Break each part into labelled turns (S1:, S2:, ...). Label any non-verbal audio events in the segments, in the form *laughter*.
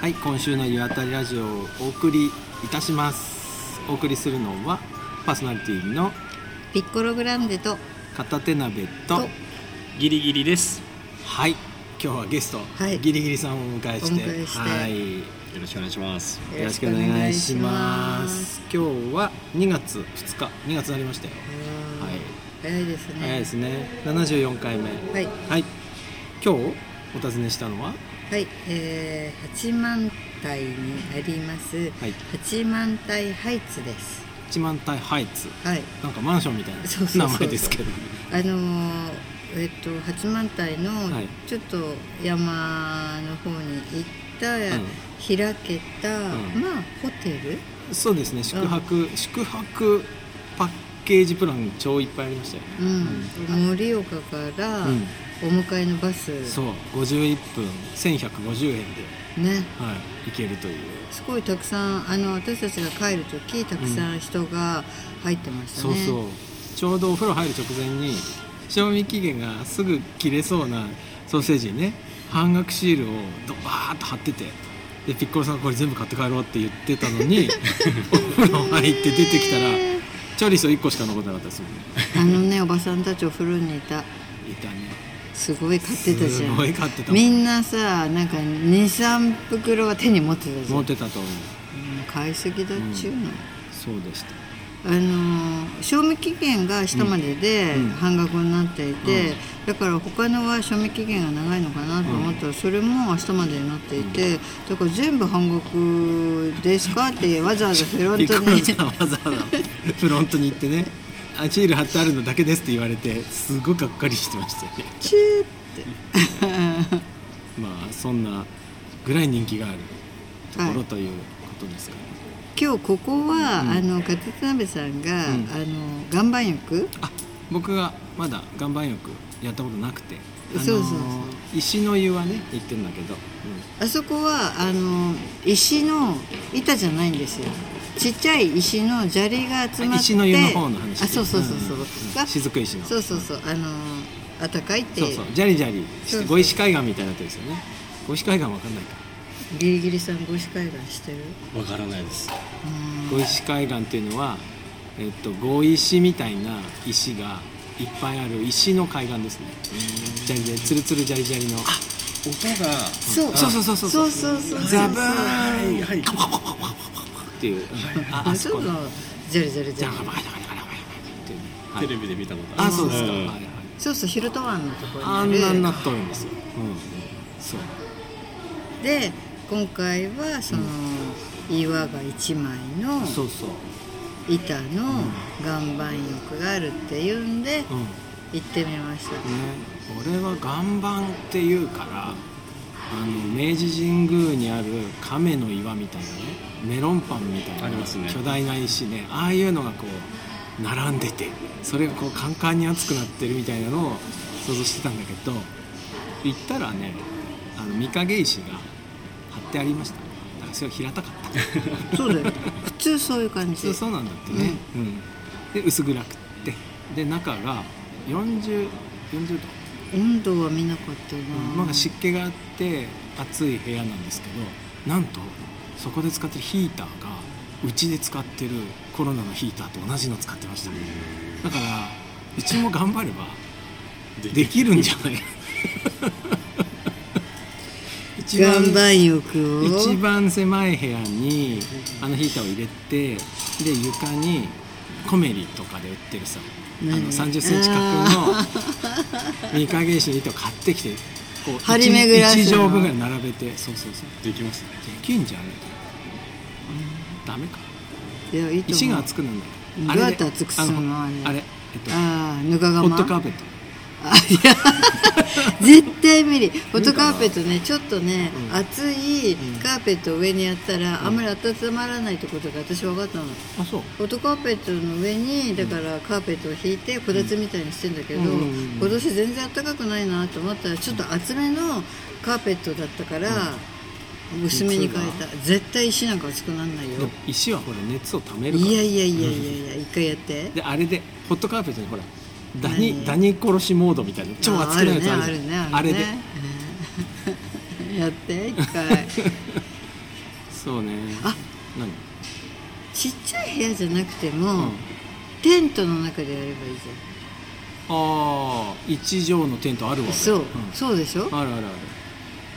S1: はい、今週の湯あたりラジオをお送りいたします。お送りするのはパーソナリティの
S2: ピッコログランデと
S1: 片手鍋と
S2: と
S3: ギリギリです。
S1: はい、今日はゲスト、
S2: はい
S1: ギリギリさんをお迎えして、
S2: お迎えして
S1: はい、
S3: よろしくお願いします。
S1: よろしくお願いします。。今日は2月2日、2月になりましたよ。
S2: は
S1: はい
S2: い、早いですね。
S1: 早いですね。74回目。
S2: はい
S1: はい、今日お尋ねしたのは、
S2: はい、えー、八幡平にあります
S1: はい、
S2: 八幡平ハイツです。
S1: 一万体ハイツ。
S2: はい、
S1: なんかマンションみたいな
S2: そうそうそう
S1: 名前ですけど。
S2: あのーえっと八幡平の
S1: はい
S2: ちょっと山の方に行った、
S1: ん
S2: 開けた、
S1: うん
S2: まあホテル。
S1: そうですね宿泊、宿泊パッケージプラン超いっぱいありましたよね、
S2: うん、盛岡から
S1: うん
S2: お迎えのバス、
S1: そう51分1150円で、
S2: ね
S1: はい、行けるという
S2: すごいたくさんあの私たちが帰る時たくさん人が入ってました
S1: そ
S2: ね、
S1: うそう、ちょうどお風呂入る直前に賞味期限がすぐ切れそうなソーセージにね半額シールをドバーッと貼っててでピッコロさんがこれ全部買って帰ろうって言ってたの *laughs* にお風呂入って出てきたらチョリソ1個しか残ってなかったですもんね
S2: あのねおばさんたちお風呂にいた
S1: いたね
S2: すごい買ってたじゃ
S1: す
S2: ん
S1: ごい買ってたもん
S2: みんなさなんか23袋は手に持ってたじゃん
S1: 持ってたと思う
S2: うん買いすぎだっちゅうの、
S1: そうでした
S2: あのー賞味期限が下までで
S1: うんうん
S2: 半額になっていて、だから他のは賞味期限が長いのかなと思ったら、それも下までになっていて、だから全部半額ですかってわざわざフロ
S1: ピッ
S2: ント
S1: コロ
S2: に
S1: さんわざわざフロントに行ってねあシール貼ってあるのだけですって言われてすごいがっかりしてましたよね
S2: チュー
S1: *laughs* まあそんなぐらい人気があるところということですかね、
S2: 今日ここは、あの勝田鍋さんが、
S1: うん
S2: あの岩盤浴
S1: あ僕がまだ岩盤浴やったことなくて、あのー
S2: そうそうそう
S1: 石の湯はね行ってんだけど、
S2: あそこはあの石の板じゃないんですよちっちゃい石の砂利が集まって
S1: 石の湯の方の話
S2: あそうそうそうそう、
S1: うんうん
S2: が
S1: 雫石の
S2: そうそうそうあの暖かいって
S1: そうそうジャリジャリし
S2: そう
S1: て
S2: そう
S1: 碁石海岸みたいになってるんですよね碁石海岸わかんないか
S2: ギリギリさんご司会がしてる
S3: わからないです。
S1: 碁石海岸っていうのは、えっと、碁石みたいな石がいっぱいある石の海岸ですねジャリジャリツルツルジャリジャリの
S3: 音が。
S2: そう
S1: そうそうそうそう
S2: そうそうそう
S1: ザブーン
S3: いはい。
S1: っていうああ
S2: あ
S1: そ
S2: そ
S1: こ
S2: う
S1: の
S2: だジャリジャリジ
S1: ジャ
S2: ャ
S1: ン
S2: リ
S1: ガバカジャンガバカジャンガバカっていうねはい
S3: テレビで見たこと
S1: あ
S3: ある。
S1: そうですか、
S3: ん
S1: はいはい
S2: そうそうヒルト湾のとこ
S1: あ
S2: ろ
S1: ん
S2: に
S1: な
S2: あ
S1: に
S2: る
S1: なっとるんですよ、うん、そう
S2: で今回はその、岩が一枚の
S1: そうそう、
S2: 板の岩盤浴があるっていうんで
S1: うんね、
S2: 行ってみました、
S1: 俺は岩盤っていうからあの明治神宮にある亀の岩みたいなねメロンパンみたいな
S3: ありますね
S1: 巨大な石ねああいうのがこう並んでてそれがこうカンカンに熱くなってるみたいなのを想像してたんだけど行ったらねあの御影石が貼ってありましただからそれは平たか
S3: *laughs*
S1: った
S2: そうだよ普通そういう感
S1: 普
S2: じ
S1: 通そうなんだってね、うんで薄暗くってで中が4040度
S2: 温度は見なかったな、
S1: まあ、湿気があって暑い部屋なんですけどなんとそこで使ってるヒーターがうちで使ってるコロナのヒーターと同じの使ってましただからうちも頑張ればできるんじゃない *laughs* 一
S2: 岩
S1: 番
S2: 盤浴を
S1: 一番狭い部屋にあのヒーターを入れてで床にコメリとかで売ってるさあの
S2: 何
S1: 30センチ角の三影石の糸を買ってきてこう
S2: 張り巡らすの
S1: 1畳分ぐらい並べてそうそうそう
S3: できますね。
S1: できんじゃんみたいなダメか
S2: いやいいと思う
S1: 石が厚くなんだ
S2: うん
S1: あれ
S2: ど
S1: で
S2: うやって厚くするの
S1: あ
S2: あれ
S1: あれえっと
S2: ああぬかが
S1: ホ
S2: ま
S1: ットカーペット
S2: あいや *laughs* 絶対無理ホットカーペットねちょっとね、熱いカーペットを上にやったら、あんまり温まらないってことが私分かったの
S1: あそう
S2: ホットカーペットの上にだからカーペットを引いてこたつみたいにしてんだけど、
S1: うんうんうんうん
S2: 今年全然暖かくないなと思ったらちょっと厚めのカーペットだったから、薄めに変えた絶対石なんか厚くならないよ
S1: でも石はほら熱をためるから
S2: いやいやいやいやいや一回やって
S1: であれでホットカーペットにほらダニ
S2: 何
S1: ダニ殺しモードみたいな超熱くなるやつあるじゃん
S2: あ
S1: あ
S2: る
S1: れ
S2: ね
S1: で *laughs*
S2: *laughs* あるねあるねやって一回
S1: そうね
S2: あ
S1: 何
S2: ちっちゃい部屋じゃなくて
S1: う
S2: も、
S1: ん
S2: テントの中でやればいいじ
S1: ああ一畳のテントある
S2: ゃ
S1: わ
S2: んそう、
S1: うん
S2: そうでしょ
S1: あるあるある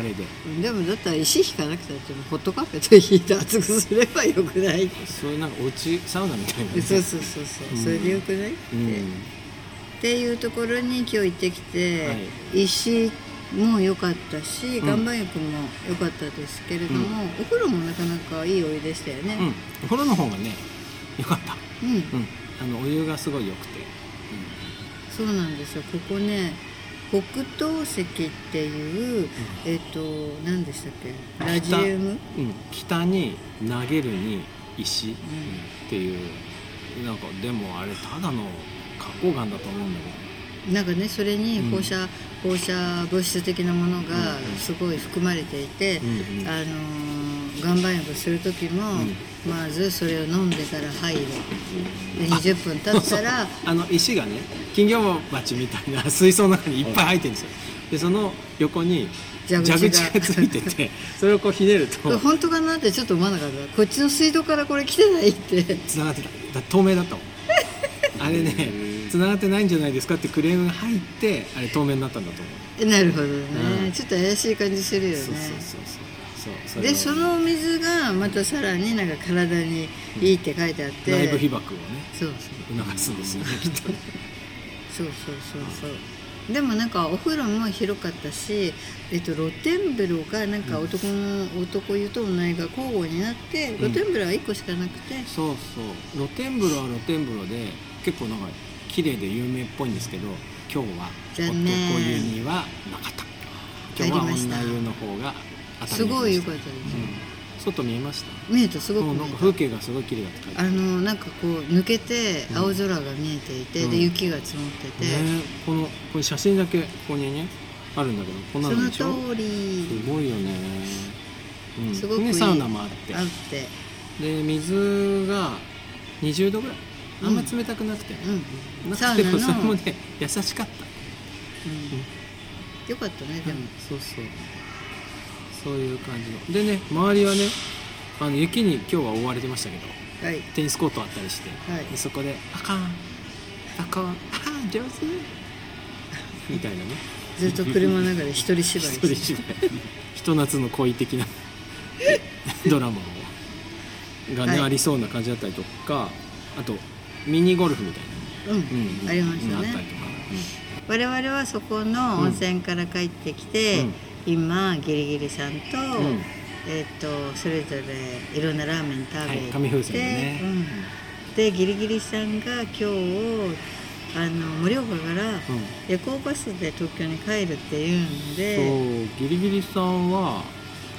S1: あれで
S2: でもだったら石引かなくたってもホットカフェと引いて熱くすればよくない
S1: そういうなんかお家サウナみたいなね
S2: そうそうそうそう、
S1: うん
S2: それでよくないって、
S1: うん
S2: っていうところに今日行ってきて、
S1: は
S2: 石も良かったし
S1: うん
S2: 岩盤浴も良かったですけれども、お風呂もなかなかいいお湯でしたよね
S1: うんお風呂の方がねよかった
S2: うん、
S1: うんあのお湯がすごい良くて
S2: そうなんですよここね北東石っていう、えっ、と何でしたっけラジウム
S1: 北,、うん、北に投げるに石、っていうなんかでもあれただの花崗岩だと思うんだ
S2: なんかねそれに
S1: うん
S2: 放射、放射物質的なものが
S1: うんうん
S2: すごい含まれていて、
S1: うんうん
S2: あのー岩盤浴する時も、まずそれを飲んでから入るで20分
S1: け
S2: 経
S1: ど
S2: っ
S1: *laughs*
S2: たら
S1: あの石がね金魚鉢みたいな *laughs* 水槽の中にいっぱい入ってるんですよでその横に
S2: 蛇口が
S1: 蛇口がついてて *laughs* それをこうひねる
S2: これ
S1: と
S2: 本当かなってちょっと思わなかったこっちの水道からこれ来てないって
S1: 繋がってただ透明だ
S2: *laughs*
S1: ったもんあれね繋がってないんじゃないですかってクレームが入ってあれ透明になったんだと思う
S2: なるほどね、
S1: うん
S2: ちょっと怪しい感じするよね
S1: そうそうそうそうそうれを
S2: でそのお水がまたさらになんか体にいいって書いてあって、
S1: 内部被曝をね
S2: そう
S1: 促すんですよねきっと
S2: そうそうそうそうでもなんかお風呂も広かったし、えっと、露天風呂がなんか男の、男湯と女湯が交互になって露天風呂は1個しかなくて、
S1: そうそう露天風呂は露天風呂で結構なんか綺麗で有名っぽいんですけど今日は
S2: 残念
S1: 男湯にはなかった今日は
S2: 入りました
S1: 女湯の方が当た
S2: す
S1: り前
S2: ご
S1: で
S2: い
S1: し
S2: 良
S1: た
S2: かったです、
S1: うん外見えました
S2: 見えたすごく
S1: もう
S2: 見
S1: なんか
S2: え
S1: 風景がすごい綺麗だって書いて
S2: たあ
S1: ある
S2: のなんかこう抜けて青空が見えていて、
S1: うん
S2: で雪が積もってて、
S1: ねこのこれ写真だけここにねあるんだけどこんな
S2: そ
S1: の
S2: の
S1: でしょ
S2: 通り
S1: すごいよね、うん、
S2: すごくいい
S1: ねサウナもあって
S2: あって
S1: で水が20度ぐらいあんま冷たくなくて、
S2: うん
S1: なくても
S2: サ
S1: そ
S2: ウナの
S1: れもね優しかった
S2: うん、よかったねでも、
S1: そうそうそういう感じのでね周りはねあの雪に今日は覆われてましたけど
S2: はい
S1: テニスコートあったりして、
S2: はい
S1: でそこで「あかんあかんあかん上手」みたいなね
S2: ずっと車の中で一人芝居
S1: 一
S2: して
S1: 人芝居ひと夏の恋
S2: *laughs*
S1: 的なドラマをがね、
S2: はい
S1: ありそうな感じだったりとかあとミニゴルフみたいな
S2: うん、ありました
S1: うんあ
S2: ね
S1: ったりとか、
S2: 我々はそこの温泉から帰ってきて、
S1: うん
S2: 今ギリギリさんと、
S1: ん
S2: えっとそれぞれいろんなラーメン食べて、
S1: はい紙風船でね
S2: うんでギリギリさんが今日あの盛岡から
S1: うん
S2: 夜行バスで東京に帰るっていうんで、
S1: そうギリギリさんは
S3: は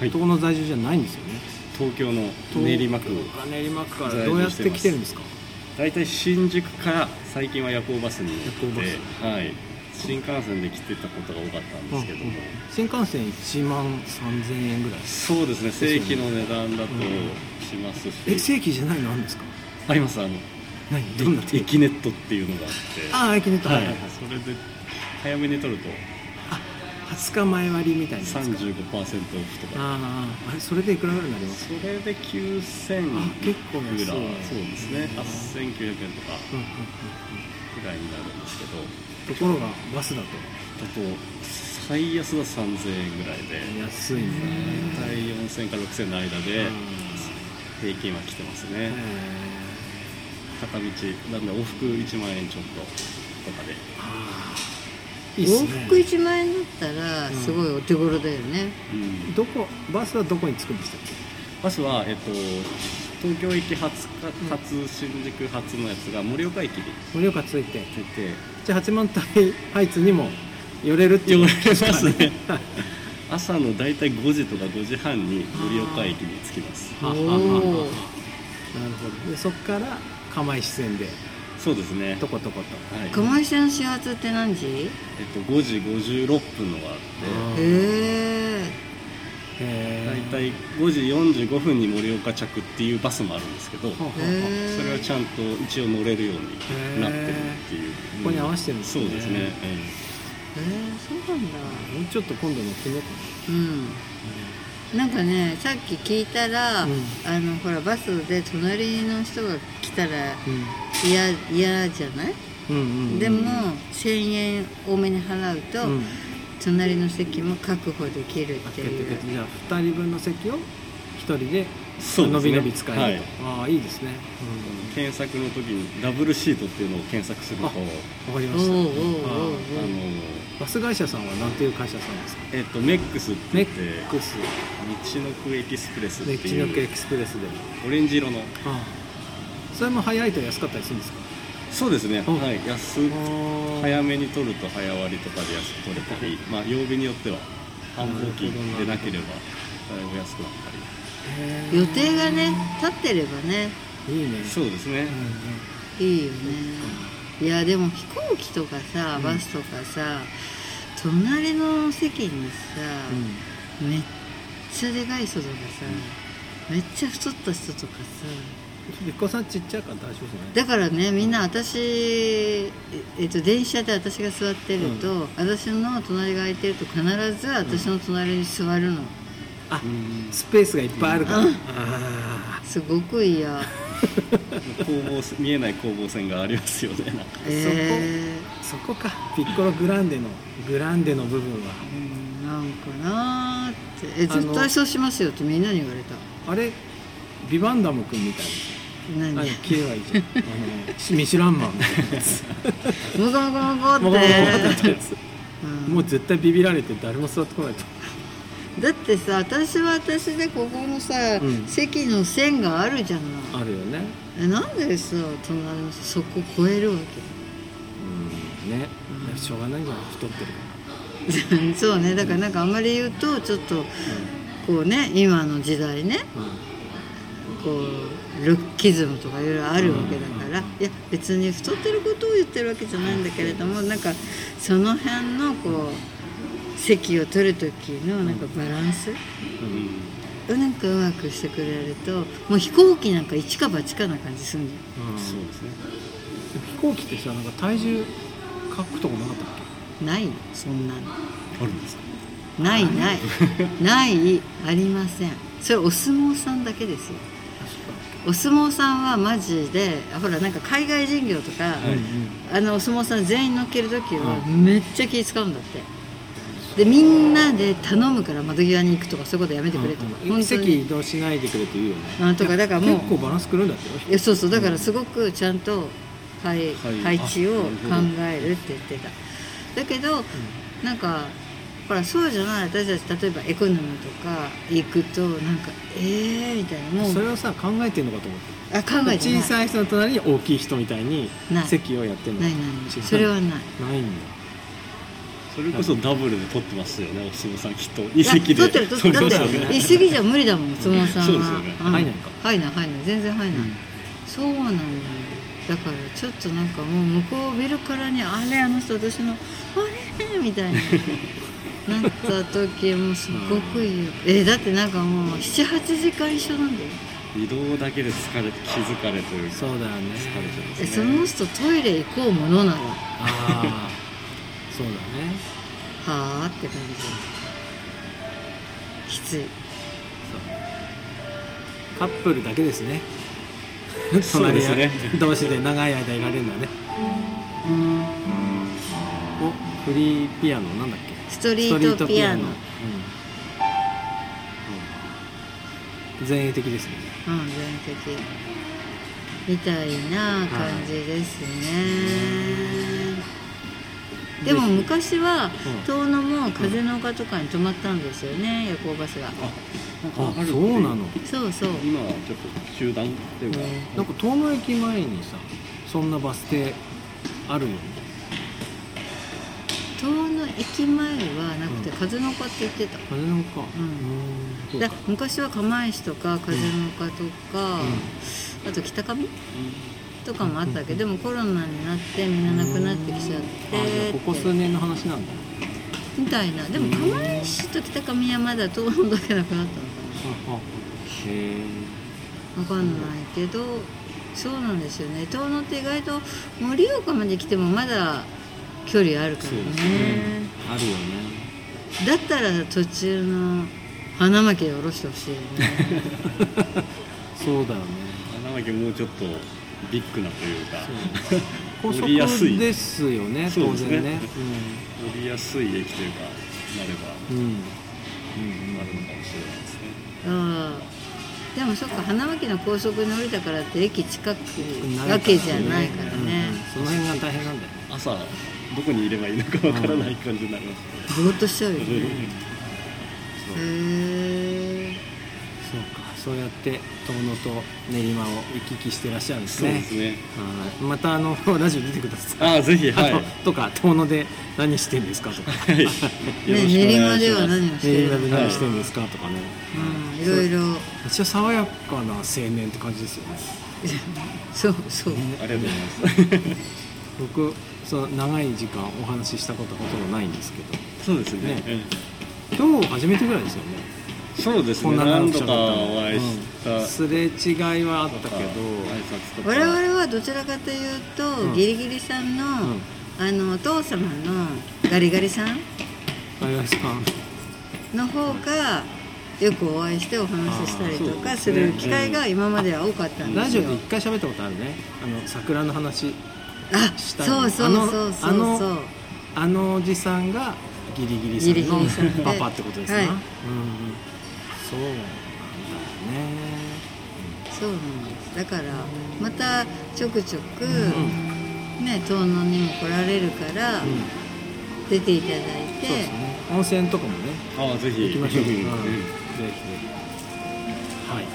S3: い
S1: 東の在住じゃないんですよね、
S3: 東京の
S1: 東
S3: 練馬区
S1: 東京練馬区から
S3: 在住してま
S1: ど
S3: す
S1: うやって来てるんですか
S3: 大体新宿から最近は夜行バスに乗って
S1: 夜行バ
S3: はい、新幹線で来てたことが多かったんですけども、
S1: うん新幹線1万3000円ぐらいです
S3: そうですね正規の値段だと
S1: うん
S3: しますし、
S1: え正規じゃないのあるんですか
S3: ありますあの
S1: 何どんな定
S3: 駅ネットっていうのがあって
S1: ああ駅ネット
S3: は
S1: はいいはいはい、
S3: それで早めに取ると
S1: 20日前割りみたいなやつか
S3: 35%オフとか
S1: あああれそれでいくらぐらいになります
S3: それで9000
S1: あ結構
S3: ぐらい
S1: 安い
S3: そう
S1: ね
S3: ですね8900円とか
S1: うんうんうん
S3: ぐらいになるんですけど
S1: ところがバスだと
S3: だと最安は3000円ぐらいで
S1: 安いね
S3: 大体4000から6000の間
S1: う
S3: で
S1: ん
S3: 平均は来てますね
S1: へ
S3: 片道なんで往復1万円ちょっととかで
S1: ーあーいいっす
S2: 往
S1: ね
S2: 復1万円だったらすごいお手頃だよね、
S3: うん
S1: どこバスはどこに着くんでしたっけ
S3: バスはえっと東京駅発か発新宿発のやつが盛岡駅に
S1: 盛岡着いて
S3: 出て
S1: じゃあ八幡平ハイツにも寄れるっていう
S3: 寄れますね
S1: *laughs* はい
S3: 朝の大体5時とか5時半に盛岡駅に着きます
S1: あああああ
S2: おー
S1: なるほどでそっから釜石線で
S3: そうですね
S1: とことこと
S3: はい、えっと
S2: 熊井さんの始発って何時
S3: 5時56分のがあ
S1: あ
S3: っ
S2: へえ
S3: て
S1: へ
S3: 大体5時45分に盛岡着っていうバスもあるんですけど
S1: ほうほうほう
S2: へ
S3: それはちゃんと一応乗れるようになってるっていう、
S1: ーここに合わせてるん
S3: で
S1: です
S3: す
S1: ね
S3: ねそうですね、
S2: えー、そうなんだ
S1: もうちょっと今度乗ってみようか
S2: うん
S1: な
S2: なんかねさっき聞いたら、
S1: うん
S2: あのほらバスで隣の人が来たら
S1: うん
S2: 嫌嫌じゃない、
S1: うんうんうん
S2: でも1,000円多めに払うと、
S1: うん
S2: 隣の席も確保できるって
S1: 開けて
S2: いう
S1: くれてじゃあ2人分の席を1人で
S3: そうですね
S1: 伸び伸び使える
S3: はい
S1: と、ああいいですね、
S3: 検索の時にダブルシートっていうのを検索するとあ
S1: うん、わかり
S2: お
S1: ま
S2: うおうおう
S1: した
S2: おう
S3: の
S1: バス会社さんは何ていう会社さんですか
S3: えっとメックスって
S1: メ
S3: 言っ
S1: ッ
S3: て
S1: クス
S3: 道のくエキスプレスって
S1: ネッチノック
S3: い
S1: エ
S3: う
S1: クスプレスで
S3: オレンジ色の
S1: ああそれも早いと安かったりするんですか
S3: そうですね、
S1: うん
S3: はい安
S1: 早
S3: 早めに取ると早割りとかで安く取れたり、まあ、曜日によっては繁忙期でなければだいぶ安くなったり
S2: 予定がね立ってればね
S1: いいね
S3: そうですね、
S1: うんうん
S2: いいよねいやでも飛行機とかさ
S1: うん
S2: バスとかさ、隣の席にさ、めっちゃでかい人とかさ、めっちゃ太った人とかさ
S1: うん、子さんちっちゃいから大丈夫じゃない
S2: だからねみんな私、ええっと、電車で私が座ってると、私の隣が空いてると必ず私の隣に座るの、
S1: あ
S3: うん
S1: スペースがいっぱいあるから、
S2: うん
S1: あ
S2: すご
S1: *laughs*
S2: く嫌
S3: 攻防戦見えない攻防戦がありますよねなんか
S2: え
S1: あそこかピッコログランデのグランデの部分は
S2: ーうんなんかなーってえ
S1: あの
S2: 絶対そうしますよってみんなに言われた
S1: あれビバンダム君みたいなあ
S2: 何
S1: れ消えばいいじゃんあのミシュランマンみたいなやつ
S2: もこもこもこ
S1: も
S2: っ
S1: う
S2: てうん
S1: もう絶対ビビられて誰も座ってこないと
S2: だってさ私は私でここのさ、
S1: うん
S2: 席の線があるじゃない
S1: あるよね
S2: えなんでさ隣の人そこ超えるわ
S1: うんねしょうがないじゃん太ってるか
S2: けそうねだからなんかあんまり言うとちょっとこうね今の時代ね
S1: ら、うん
S2: こうルッキズムとかいろいろあるわけだから、いや別に太ってることを言ってるわけじゃないんだけれどもなんかその辺のこう席を取る時のなんかバランス、なんかうまくしてくれるともう飛行機なんか一か八かな感じすんじ
S1: うん
S3: そうですね
S1: 飛行機ってさなんか体重書くとこなかったっ
S2: ゃんないよそんなの
S3: あるんですか
S2: ないないないありませんそれお相撲さんだけですよ
S1: け
S2: お相撲さんはマジであほらなんか海外人業とか、あのお相撲さん全員乗っける時はめっちゃ気使うんだって、でみんなで頼むから窓際に行くとかそういうことやめてくれとか、
S1: うんうん、席移動しないでくれと言うよね
S2: あとかだからもう
S1: 結構バランスくるんだってよ
S2: いやそうそうだからすごくちゃんと配,、
S3: は
S2: 配
S3: い
S2: 置を考
S3: あ
S2: えるって言ってただけど、なんかほらそうじゃない私たち例えばエコノミーとか行くとなんかええみたいなも
S1: そうれをさ考えてんのかと思っ
S2: あ考
S1: た
S2: えてな
S1: 小
S2: い
S1: さい人の隣に大きい人みたいに
S2: ない
S1: 席をやってんの
S2: ないないないそれはない
S1: ないんだ
S3: それこそダブルで取ってますよねお相撲さんきっと二席
S2: いや取
S3: で
S2: ってる取ってるだ
S1: そう
S2: っ
S1: そうそう
S2: て一席じゃ無理だもんお相撲さんは
S3: そうですよね
S2: ん
S1: 入んないのか
S2: 入んない入んない全然入んない、
S1: うん
S2: そうなんだよだからちょっとなんかもう向こう見るからにあれあの人私のあれみたいななった時もうすごくいいよえだってなんかもう78時間一緒なんだよ
S3: 移動だけで疲れて気づかれというか
S1: そうだよね
S3: 疲れてます
S2: え
S3: ね
S2: その人トイレ行こうものなの
S1: あ
S2: は
S1: あそうだね
S2: あって感じきつい
S1: カップルだけです
S2: *laughs*
S1: ね
S3: そうですね
S1: 隣同士で長い間いられるんだねおフリーピアノなんだっけ
S2: ストリートピア
S1: う
S2: ノ
S1: んうん前衛的ですね
S2: うん全的みたいな感じですね、
S1: い
S2: でも
S1: ぜひ
S2: 昔は
S1: うん
S2: 遠野も風の丘とかに泊まったんですよね、夜行バスが
S1: あ
S3: る
S1: そうなの
S2: そうそう
S3: 今はちょっと中断っていうか、
S1: なんか遠野駅前にさそんなバス停あるよね
S2: 遠野駅前はなくて風の丘って言ってた、
S1: 風の丘ー
S2: うん
S1: んそう
S2: だ
S1: か
S2: 昔は釜石とか風の丘とか、あと北上とかもあったけど、でもコロナになってみんななくなってきちゃっ
S1: あじゃ
S2: て
S1: あここ数年の話なんだ
S2: みたいなでも釜石と北上はまだ遠野だけなくなったのかな
S1: ああへえ
S2: わかんないけど、そうなんですよね遠野って意外と盛岡まで来てもまだ距離あるから
S3: そうです
S2: ね
S1: あるよね
S2: だったら途中の花巻でおろしてほしいよね
S1: そうだよね
S3: 花巻もうちょっとビッグなというか *laughs*
S1: 高
S3: 乗りやす
S1: 速
S3: い
S1: ですよね
S3: そう
S1: 当
S3: ですね
S1: 然ね
S3: 乗りやすい駅というかなれば
S1: うん、うん
S3: なるのかもしれないですね
S2: ああでもそっか花巻の高速に降りたからって駅近くわけじゃないから
S1: うん
S2: ね
S1: その辺が大変なんだよね
S3: 朝どこにいればいいのかわからない感じになりますね
S2: ぼーっとしちゃうよね
S3: うん
S2: へえ
S1: そうかそうやって遠野と練馬を行き来してらっしゃるんです
S3: そう
S1: ね
S3: ですね
S1: はいまたあの *laughs* ラジオ出てください
S3: ああぜひはい、
S1: あ
S3: は
S1: ととか遠野で何してんですかと
S3: *laughs*
S1: か
S3: い、よろしくお
S2: ね
S3: 願いします
S2: 練馬では何をして
S1: 練
S2: る
S1: 馬で
S2: のか、
S1: 何してんですかとかね、
S2: うん、いろいろ
S1: 一応爽やかな青年って感じですよね
S2: そうそう
S3: ありがとうございます
S1: *laughs* 僕その長い時間お話ししたことほとんどないんですけど
S3: そうですね
S1: ね
S3: え
S1: 今日初めてぐらいですよね
S3: えそうです
S1: こん
S3: ね
S1: な
S3: 何
S1: 長く
S3: 度
S1: 喋っ
S3: か
S1: たの
S3: お会いした、
S1: うんすれ違いはあっ
S3: と
S1: た
S3: か
S1: けど、
S3: 挨拶とか
S2: 我々はどちらかというと、
S1: うん
S2: ギリギリさんの、
S1: うん
S2: あのお父様のガリガリさん
S1: あやさん
S2: の方がよくお会いしてお話ししたりと
S1: あ
S2: か
S1: ー
S2: す
S3: そうですね
S2: る機会が今までは多かったんで
S1: ラ
S2: す
S1: ジオ
S2: よ。
S1: で一回喋ったことあるねあの桜の話
S2: あ、
S1: した
S2: そうそうそう
S1: あ
S2: そ
S1: の
S2: うそう。
S1: あのおじさんがギリギリ
S2: ギリ
S1: さん
S2: ギ
S1: の
S2: リさんで
S1: パパってことですな、
S2: はい
S1: うんうん、そうなんだね
S2: そうなんです。だからまたちょくちょく、
S1: うん
S2: ね遠野にも来られるから
S1: うん
S2: 出ていただい
S1: そうです
S2: て、
S1: ね温泉とかもね
S3: ああぜひ
S1: 行きましょう、
S3: ん
S1: うんぜ
S3: ん
S1: ひぜひはい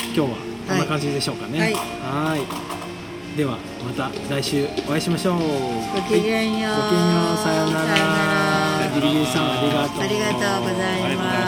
S1: 今日はこんな感じでしょうかね
S2: はい
S1: はいではまた来週お会いしましょう
S2: はい、ごきげんよう。
S1: ごきげんようさようなら
S2: さようなら
S1: ギリギリさんありがとう
S2: ありがとうございます。